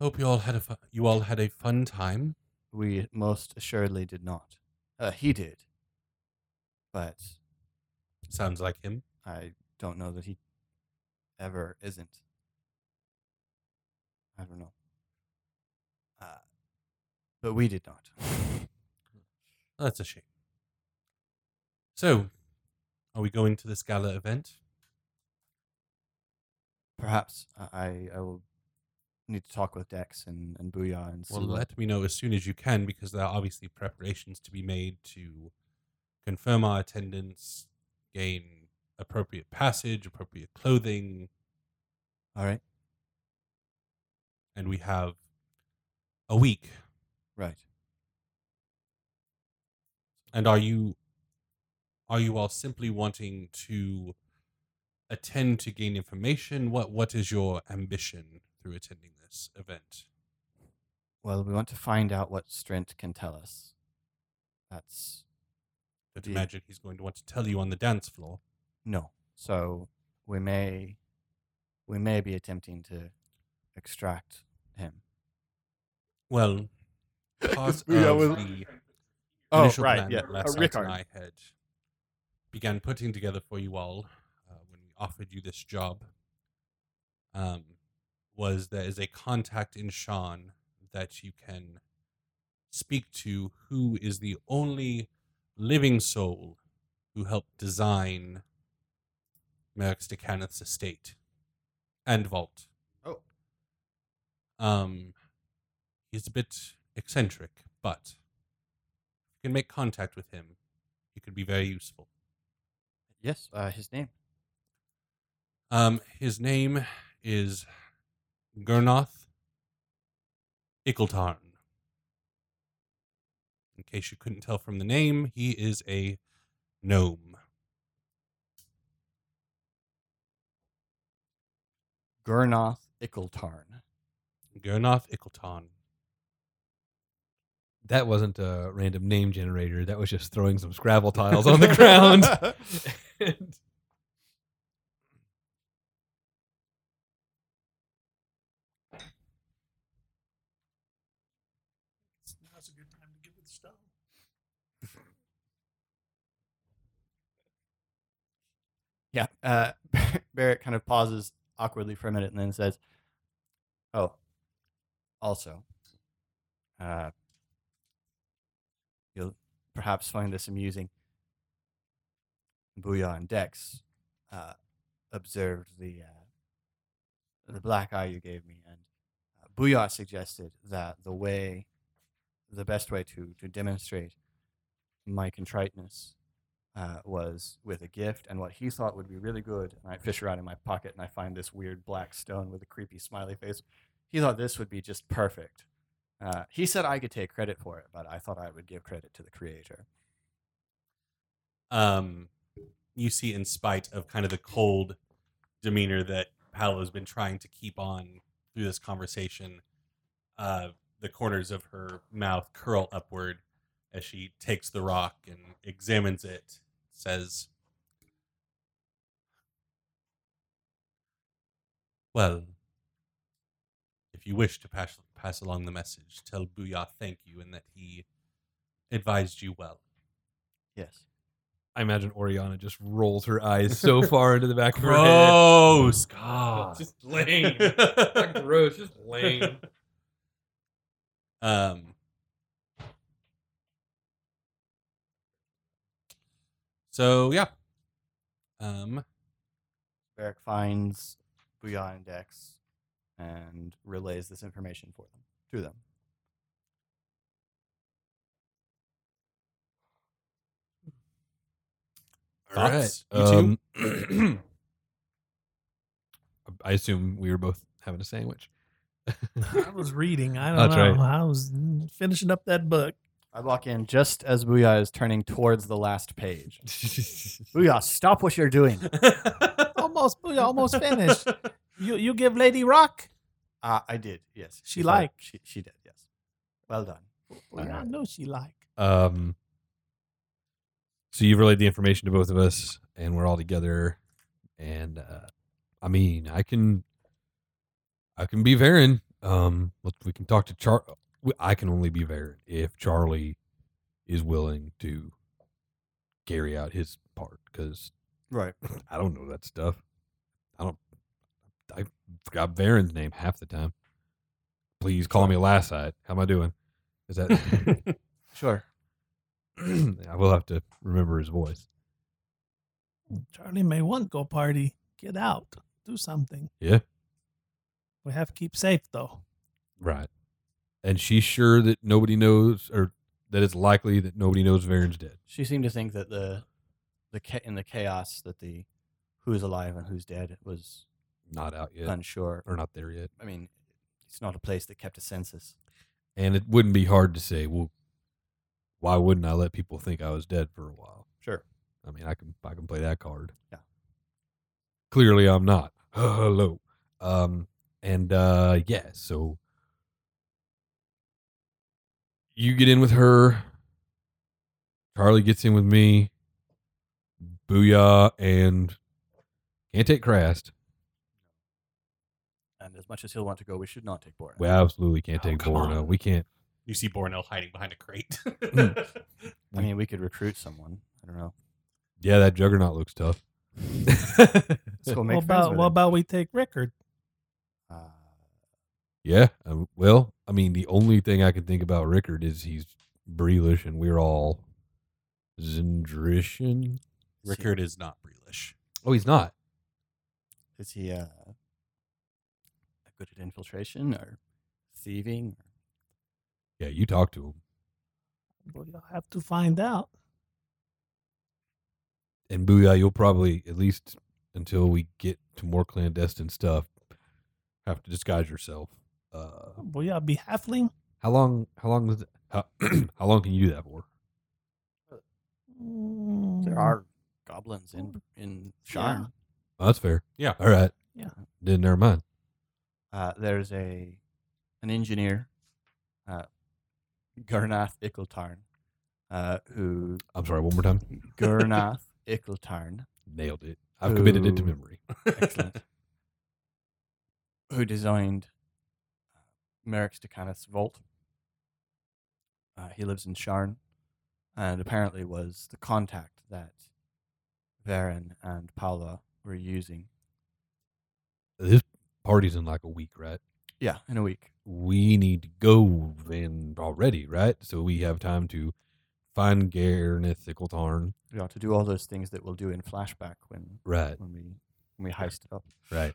[SPEAKER 1] Hope you all had a fu- you all had a fun time.
[SPEAKER 4] We most assuredly did not. Uh, he did. But
[SPEAKER 1] Sounds like him.
[SPEAKER 4] I don't know that he ever isn't. I don't know. Uh, but we did not.
[SPEAKER 1] That's a shame. So, are we going to this gala event?
[SPEAKER 4] Perhaps I, I will need to talk with Dex and, and Booyah and see
[SPEAKER 1] Well,
[SPEAKER 4] what-
[SPEAKER 1] let me know as soon as you can because there are obviously preparations to be made to confirm our attendance, gain appropriate passage, appropriate clothing,
[SPEAKER 4] All right.
[SPEAKER 1] and we have a week.
[SPEAKER 4] Right.
[SPEAKER 1] And are you are you all simply wanting to attend to gain information? What what is your ambition through attending this event?
[SPEAKER 4] Well, we want to find out what Strint can tell us. That's
[SPEAKER 1] But
[SPEAKER 4] Yeah.
[SPEAKER 1] imagine he's going to want to tell you on the dance floor.
[SPEAKER 4] No. So we may we may be attempting to extract him.
[SPEAKER 1] Well, part of
[SPEAKER 4] Booyah was-
[SPEAKER 1] the initial plan that Lassite and I had began putting together for you all uh, when we offered you this job um, was there is a contact in Sean that you can speak to who is the only living soul who helped design Merrick Stakanath's estate and vault.
[SPEAKER 4] Oh.
[SPEAKER 1] Um, he's a bit eccentric, but if you can make contact with him, he could be very useful.
[SPEAKER 4] Yes, uh, his name.
[SPEAKER 1] Um, his name is Gurnoth Ickletarn. In case you couldn't tell from the name, he is a gnome.
[SPEAKER 4] Gurnoth Ickletarn.
[SPEAKER 1] Gurnoth Ickletarn.
[SPEAKER 6] That wasn't a random name generator. That was just throwing some Scrabble tiles on the ground. And-
[SPEAKER 5] It's- Now's a good time to give it the stone.
[SPEAKER 4] Yeah. Uh, Barrett kind of pauses awkwardly for a minute and then says, "Oh, also, uh, you'll perhaps find this amusing." Booyah and Dex uh, observed the uh, the black eye you gave me, and uh, Booyah suggested that the way, the best way to to demonstrate my contriteness uh, was with a gift and what he thought would be really good. And I fish around in my pocket and I find this weird black stone with a creepy smiley face. He thought this would be just perfect. Uh, he said I could take credit for it, but I thought I would give credit to the creator.
[SPEAKER 1] um, you see in spite of kind of the cold demeanor that Paolo's been trying to keep on through this conversation, uh, the corners of her mouth curl upward as she takes the rock and examines it, says, Well, if you wish to pass, pass along the message, tell Booyah thank you and that he advised you well.
[SPEAKER 4] Yes.
[SPEAKER 6] I imagine Oriana just rolls her eyes so far into the back of her head.
[SPEAKER 1] Gross. God.
[SPEAKER 6] Just lame. Not gross, just lame.
[SPEAKER 1] Um, so yeah. Um,
[SPEAKER 4] Beric finds Booyah and Dex and relays this information for them to them.
[SPEAKER 1] All right.
[SPEAKER 6] Um, I assume we were both having a sandwich.
[SPEAKER 5] I was reading. I don't
[SPEAKER 6] That's
[SPEAKER 5] know.
[SPEAKER 6] right.
[SPEAKER 5] I was finishing up that book.
[SPEAKER 4] I walk in just as Booyah is turning towards the last page. Booyah, stop what you're doing.
[SPEAKER 5] Almost, almost finished. You you give Lady Rock.
[SPEAKER 4] Uh, I did, yes.
[SPEAKER 5] She
[SPEAKER 4] thought-
[SPEAKER 5] liked.
[SPEAKER 4] She, she did, yes. Well done.
[SPEAKER 5] Well, I
[SPEAKER 6] right.
[SPEAKER 5] know she like.
[SPEAKER 6] um, so you've relayed the information to both of us, and we're all together. And uh, I mean, I can, I can be Varen. Um, let- we can talk to Char. w- I can only be Varen if Charlie is willing to carry out his part because
[SPEAKER 4] Right.
[SPEAKER 6] I don't know that stuff. I don't. I forgot Varen's name half the time. Please call me last side. How am I doing? Is that?
[SPEAKER 4] Sure.
[SPEAKER 6] I will have to remember his voice.
[SPEAKER 5] Charlie may want go party. Get out. Do something.
[SPEAKER 6] Yeah.
[SPEAKER 5] We have to keep safe though.
[SPEAKER 6] Right. And she's sure that nobody knows, or that it's likely that nobody knows Varen's dead.
[SPEAKER 4] She seemed to think that the the cha- in the chaos that the who's alive and who's dead was
[SPEAKER 6] Not out yet,
[SPEAKER 4] unsure.
[SPEAKER 6] or not there yet.
[SPEAKER 4] I mean, it's not a place that kept a census.
[SPEAKER 6] And it wouldn't be hard to say, well, why wouldn't I let people think I was dead for a while?
[SPEAKER 4] Sure.
[SPEAKER 6] I mean, I can I can play that card.
[SPEAKER 4] Yeah.
[SPEAKER 6] Clearly, I'm not. Hello. Um. And uh, yeah. So you get in with her. Charlie gets in with me. Booyah and can't take Crast.
[SPEAKER 4] And as much as he'll want to go, we should not take Borat.
[SPEAKER 6] We absolutely can't
[SPEAKER 1] Oh,
[SPEAKER 6] take
[SPEAKER 1] come
[SPEAKER 6] Borna.
[SPEAKER 1] on.
[SPEAKER 6] We can't.
[SPEAKER 1] you see Bornell hiding behind a crate. Mm.
[SPEAKER 4] I mean, we could recruit someone. I don't know.
[SPEAKER 6] Yeah, that juggernaut looks tough.
[SPEAKER 4] Let's go make
[SPEAKER 5] What
[SPEAKER 4] friends Uh,
[SPEAKER 5] about
[SPEAKER 4] with
[SPEAKER 5] what
[SPEAKER 4] him.
[SPEAKER 5] about we take Rickard?
[SPEAKER 4] Uh,
[SPEAKER 6] yeah. um, well, I mean, the only thing I can think about Rickard is he's Breelish and we're all Zendrishan.
[SPEAKER 1] Rickard is not Breelish.
[SPEAKER 6] Oh, he's not.
[SPEAKER 4] Is he uh, good at infiltration or thieving?
[SPEAKER 6] Yeah, you talk to him.
[SPEAKER 5] Well, you'll have to find out.
[SPEAKER 6] And Booyah, you'll probably, at least until we get to more clandestine stuff, have to disguise yourself. Uh,
[SPEAKER 5] Well, yeah, be halfling.
[SPEAKER 6] how long? How long is it? How, how long can you do that for?
[SPEAKER 4] There
[SPEAKER 5] Mm,
[SPEAKER 4] are goblins in in Sharn.
[SPEAKER 6] Oh, that's fair.
[SPEAKER 1] Yeah.
[SPEAKER 6] All right.
[SPEAKER 5] Yeah.
[SPEAKER 6] Then never mind.
[SPEAKER 4] Uh, there's a an engineer, uh, Gurnath Ickletarn, uh, who
[SPEAKER 6] I'm sorry. One more time.
[SPEAKER 4] Gurnath Ickletarn,
[SPEAKER 6] Nailed it. I've committed it to
[SPEAKER 4] Ooh.
[SPEAKER 6] memory.
[SPEAKER 4] excellent, who designed uh, Merrick Stakanath's vault. Uh, he lives in Sharn, and apparently was the contact that Varen and Paula were using.
[SPEAKER 6] This party's in like a week, right?
[SPEAKER 4] Yeah, in a week.
[SPEAKER 6] we need to go then already, right? So we have time to find Garneth Ickletarn.
[SPEAKER 4] We ought to do all those things that we'll do in flashback when
[SPEAKER 6] Right,
[SPEAKER 4] when we when we heist it up.
[SPEAKER 6] right.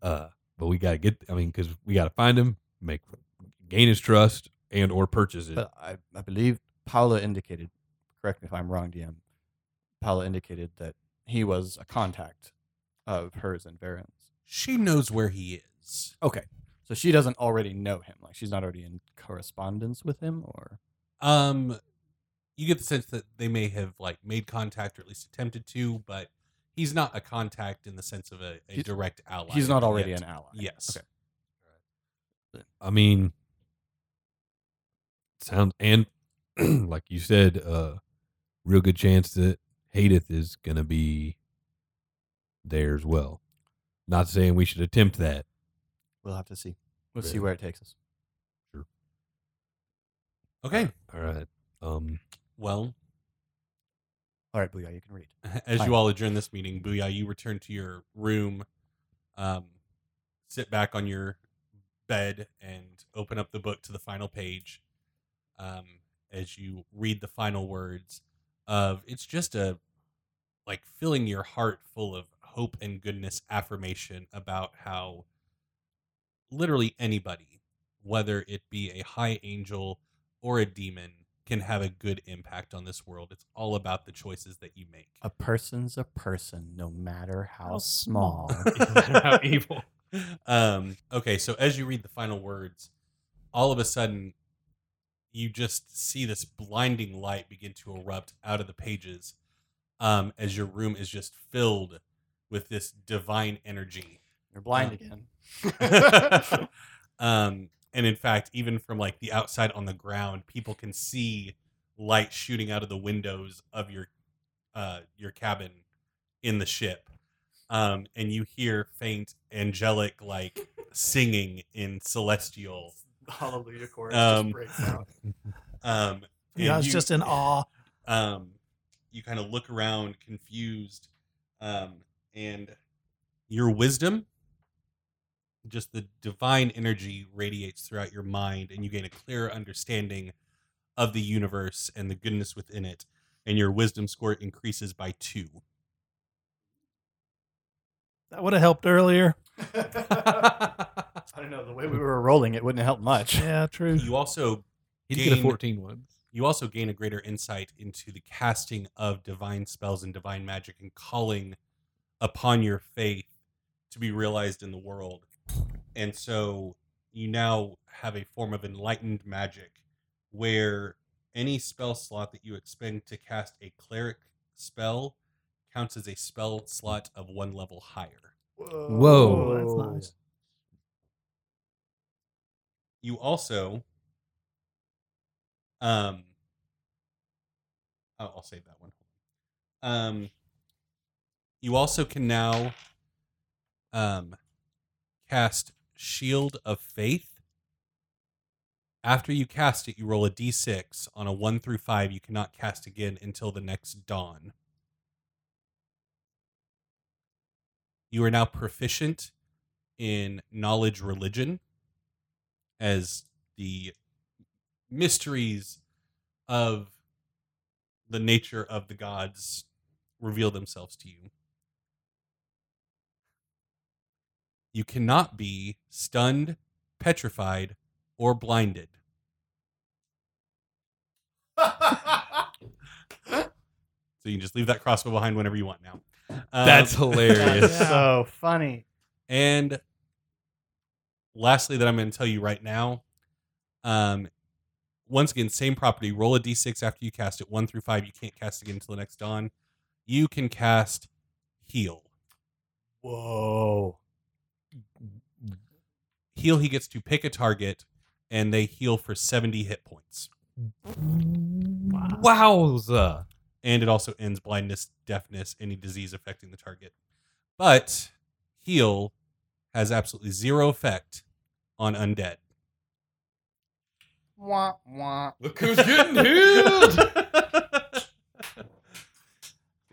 [SPEAKER 6] Uh, but we gotta get. I mean, because we gotta find him, make gain his trust, and or purchase it.
[SPEAKER 4] But I, I believe Paolo indicated, correct me if I'm wrong, DM, Paolo indicated that he was a contact of hers and Varen's.
[SPEAKER 1] She knows where he is.
[SPEAKER 4] Okay. So she doesn't already know him. Like she's not already in correspondence with him or.
[SPEAKER 1] Um, you get the sense that they may have like made contact or at least attempted to, but he's not a contact in the sense of a, a
[SPEAKER 4] He's-
[SPEAKER 1] direct ally.
[SPEAKER 4] He's not already
[SPEAKER 1] yet.
[SPEAKER 4] an ally.
[SPEAKER 1] Yes.
[SPEAKER 4] Okay.
[SPEAKER 6] I mean, sounds and like you said, uh, real good chance that Hadith is gonna be there as well. Not saying we should attempt that.
[SPEAKER 4] We'll have to see. We'll see
[SPEAKER 6] Really?
[SPEAKER 4] where it takes us.
[SPEAKER 1] Okay.
[SPEAKER 6] All right. Um.
[SPEAKER 1] Well,
[SPEAKER 4] All right, Booyah, you can read.
[SPEAKER 1] as
[SPEAKER 4] Fine.
[SPEAKER 1] you all adjourn this meeting, Booyah, you return to your room, um, sit back on your bed, and open up the book to the final page. Um, as you read the final words of, it's just a like filling your heart full of hope and goodness affirmation about how literally anybody, whether it be a high angel or a demon, can have a good impact on this world. It's all about the choices that you make.
[SPEAKER 4] A person's a person, no matter how,
[SPEAKER 5] How small.
[SPEAKER 4] small.
[SPEAKER 1] no matter how evil. Um, okay, so as you read the final words, all of a sudden, you just see this blinding light begin to erupt out of the pages um, as your room is just filled with this divine energy.
[SPEAKER 4] You're blind
[SPEAKER 1] Uh,
[SPEAKER 4] again.
[SPEAKER 1] um, and in fact, even from like the outside on the ground, people can see light shooting out of the windows of your uh, your cabin in the ship, um, and you hear faint angelic like singing in celestial.
[SPEAKER 2] Hallelujah chorus
[SPEAKER 1] Um,
[SPEAKER 2] just breaks out.
[SPEAKER 1] Um, and
[SPEAKER 5] Yeah, I was
[SPEAKER 1] you-
[SPEAKER 5] just in awe.
[SPEAKER 1] um, you kind of look around confused um, and your wisdom just the divine energy radiates throughout your mind and you gain a clearer understanding of the universe and the goodness within it and your wisdom score increases by two
[SPEAKER 5] That would have helped earlier.
[SPEAKER 2] I don't know the way
[SPEAKER 4] If we were rolling, it wouldn't help much.
[SPEAKER 5] Yeah, true.
[SPEAKER 1] you also
[SPEAKER 6] He did get a
[SPEAKER 1] Gain-
[SPEAKER 6] 14 one.
[SPEAKER 1] you also gain a greater insight into the casting of divine spells and divine magic and calling upon your faith to be realized in the world. And so you now have a form of enlightened magic where any spell slot that you expend to cast a cleric spell counts as a spell slot of one level higher.
[SPEAKER 6] Whoa.
[SPEAKER 5] Oh, that's nice.
[SPEAKER 1] you also um I'll, I'll save that one um you also can now um cast shield of faith after you cast it you roll a d6 on a 1 through 5 you cannot cast again until the next dawn you are now proficient in knowledge religion as the mysteries of the nature of the gods reveal themselves to you. You cannot be stunned, petrified, or blinded. So you can just leave that crossbow behind whenever you want now. Um,
[SPEAKER 6] That's hilarious.
[SPEAKER 4] That's
[SPEAKER 5] Yeah.
[SPEAKER 4] so funny.
[SPEAKER 1] And lastly, that I'm going to tell you right now. Um, once again, same property. Roll a d6 after you cast it. One through five, you can't cast again until the next dawn. You can cast heal.
[SPEAKER 4] Whoa.
[SPEAKER 1] Heal. He gets to pick a target, and they heal for 70 hit points.
[SPEAKER 6] Wowza.
[SPEAKER 1] and it also ends blindness, deafness, any disease affecting the target. But heal has absolutely zero effect on undead.
[SPEAKER 4] Wah, wah.
[SPEAKER 6] Look who's getting healed. the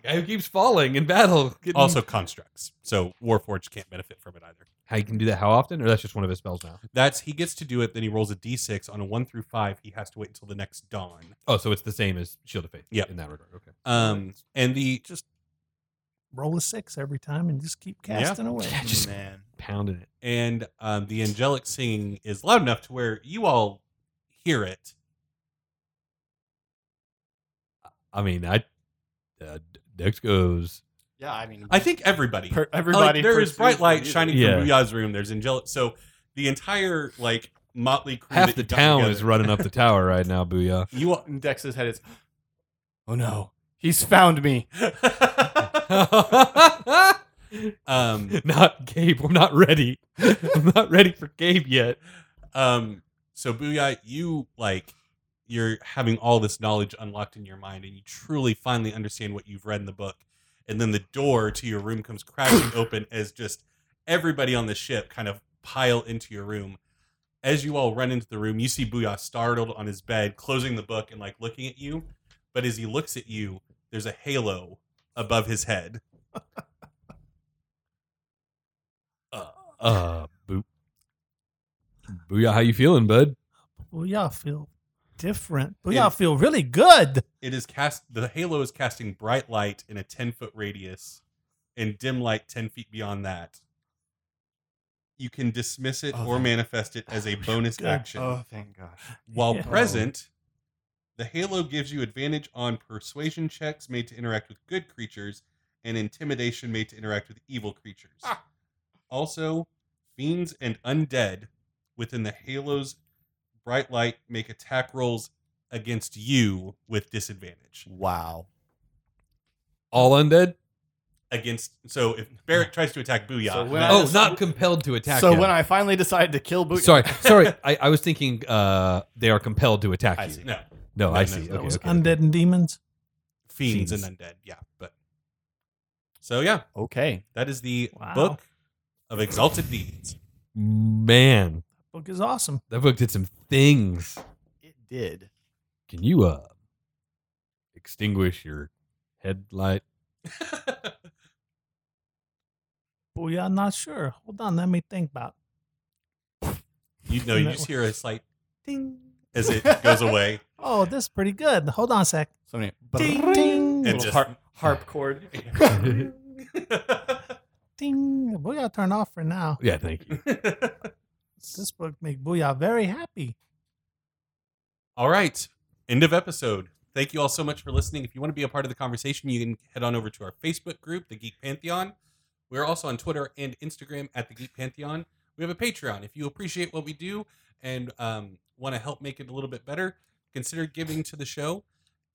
[SPEAKER 6] guy who keeps falling in battle. Getting...
[SPEAKER 1] also constructs. So Warforged can't benefit from it either.
[SPEAKER 6] how you can do that? How often? Or that's just one of his spells now.
[SPEAKER 1] That's he gets to do it, then he rolls a D six on a one through five, he has to wait until the next dawn.
[SPEAKER 6] Oh, so it's the same as Shield of Faith.
[SPEAKER 1] Yep.
[SPEAKER 6] in that regard. Okay.
[SPEAKER 1] Um and the
[SPEAKER 5] Just roll a six every time and just keep
[SPEAKER 1] Yeah.
[SPEAKER 5] casting away.
[SPEAKER 6] Yeah, just
[SPEAKER 4] man.
[SPEAKER 6] pounding it.
[SPEAKER 1] and um the angelic singing is loud enough to where you all hear it.
[SPEAKER 6] I mean, I uh, Dex goes.
[SPEAKER 4] Yeah, I mean,
[SPEAKER 1] I think everybody
[SPEAKER 4] per-
[SPEAKER 1] Like,
[SPEAKER 4] everybody.
[SPEAKER 1] there is
[SPEAKER 4] pursues
[SPEAKER 1] bright light
[SPEAKER 4] music.
[SPEAKER 1] shining
[SPEAKER 6] Yeah.
[SPEAKER 1] from Booyah's room. There's angelic. So the entire like motley crew
[SPEAKER 6] Half
[SPEAKER 1] that
[SPEAKER 6] the
[SPEAKER 1] you got
[SPEAKER 6] town
[SPEAKER 1] together-
[SPEAKER 6] is running up the tower right now, booyah.
[SPEAKER 1] You all-
[SPEAKER 4] In Dex's head, it's, oh no, he's found me.
[SPEAKER 1] um
[SPEAKER 6] not Gabe. I'm not ready. I'm not ready for Gabe yet.
[SPEAKER 1] um so Booyah, you like you're having all this knowledge unlocked in your mind, and you truly finally understand what you've read in the book. And then the door to your room comes crashing open as just everybody on the ship kind of pile into your room. As you all run into the room, you see Booyah startled on his bed, closing the book and like looking at you. But as he looks at you, there's a halo above his head.
[SPEAKER 6] Uh,
[SPEAKER 1] um,
[SPEAKER 6] uh boo. Booyah, how you feeling, bud?
[SPEAKER 5] Well, y'all feel different. Well,
[SPEAKER 1] Yeah.
[SPEAKER 5] y'all feel really good.
[SPEAKER 1] It is cast the halo is casting bright light in a ten foot radius and dim light ten feet beyond that. You can dismiss it
[SPEAKER 4] Oh,
[SPEAKER 1] or
[SPEAKER 4] thank-
[SPEAKER 1] manifest it as a bonus
[SPEAKER 5] Good.
[SPEAKER 1] action.
[SPEAKER 4] Oh, thank gosh.
[SPEAKER 1] While
[SPEAKER 5] Yeah.
[SPEAKER 1] present, the halo gives you advantage on persuasion checks made to interact with good creatures and intimidation made to interact with evil creatures.
[SPEAKER 4] Ah!
[SPEAKER 1] Also, fiends and undead within the halo's bright light make attack rolls against you with disadvantage.
[SPEAKER 4] Wow.
[SPEAKER 6] All undead?
[SPEAKER 1] Against so if Barrett tries to attack Booyah,
[SPEAKER 4] So when
[SPEAKER 1] that-
[SPEAKER 4] I
[SPEAKER 6] Oh,
[SPEAKER 4] just-
[SPEAKER 6] not compelled to attack.
[SPEAKER 4] so
[SPEAKER 6] him.
[SPEAKER 4] when I finally decided to kill Booyah,
[SPEAKER 6] sorry, sorry, I, I was thinking uh, they are compelled to attack
[SPEAKER 4] I
[SPEAKER 6] you.
[SPEAKER 4] see.
[SPEAKER 1] no
[SPEAKER 6] No,
[SPEAKER 1] No,
[SPEAKER 6] I
[SPEAKER 1] no,
[SPEAKER 6] see.
[SPEAKER 1] no,
[SPEAKER 5] That
[SPEAKER 6] okay,
[SPEAKER 5] was
[SPEAKER 6] okay.
[SPEAKER 5] undead and demons.
[SPEAKER 1] fiends,
[SPEAKER 6] Fiends.
[SPEAKER 1] and undead, yeah, but so yeah,
[SPEAKER 4] Okay.
[SPEAKER 1] that is the
[SPEAKER 5] Wow.
[SPEAKER 1] book of exalted deeds.
[SPEAKER 6] Man,
[SPEAKER 5] Book is awesome.
[SPEAKER 6] that book did some things.
[SPEAKER 4] It did.
[SPEAKER 6] Can you uh extinguish your headlight?
[SPEAKER 5] Boy, y'all not sure. Hold on, let me think about.
[SPEAKER 1] You know, you
[SPEAKER 5] That
[SPEAKER 1] just
[SPEAKER 5] one.
[SPEAKER 1] hear a slight
[SPEAKER 5] Ding.
[SPEAKER 1] as it goes away,
[SPEAKER 5] Oh, this is pretty good. Hold on a sec.
[SPEAKER 4] So many.
[SPEAKER 5] Ding, ding,
[SPEAKER 1] and
[SPEAKER 4] Little
[SPEAKER 1] just
[SPEAKER 4] harp, harp chord.
[SPEAKER 5] ding. Booyah turn off for now.
[SPEAKER 6] Yeah, thank you.
[SPEAKER 5] This book make Booyah very happy.
[SPEAKER 1] all right, end of episode. Thank you all so much for listening. If you want to be a part of the conversation, you can head on over to our Facebook group, The Geek Pantheon. We're also on Twitter and Instagram at The Geek Pantheon. We have a Patreon. If you appreciate what we do and um, want to help make it a little bit better, consider giving to the show.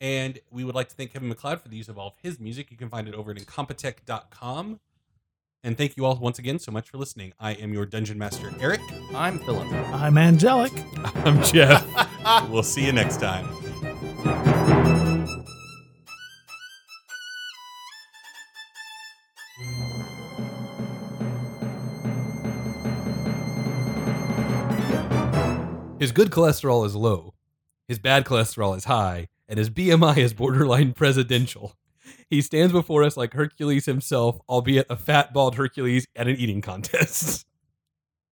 [SPEAKER 1] And we would like to thank Kevin McLeod for the use of all of his music. You can find it over at incompetech.com. And thank you all once again so much for listening. I am your Dungeon Master, Eric.
[SPEAKER 4] I'm Philip.
[SPEAKER 5] I'm angelic.
[SPEAKER 6] I'm Jeff.
[SPEAKER 1] We'll see you next time.
[SPEAKER 6] His good cholesterol is low, his bad cholesterol is high, and his BMI is borderline presidential. He stands before us like Hercules himself, albeit a fat, bald Hercules at an eating contest.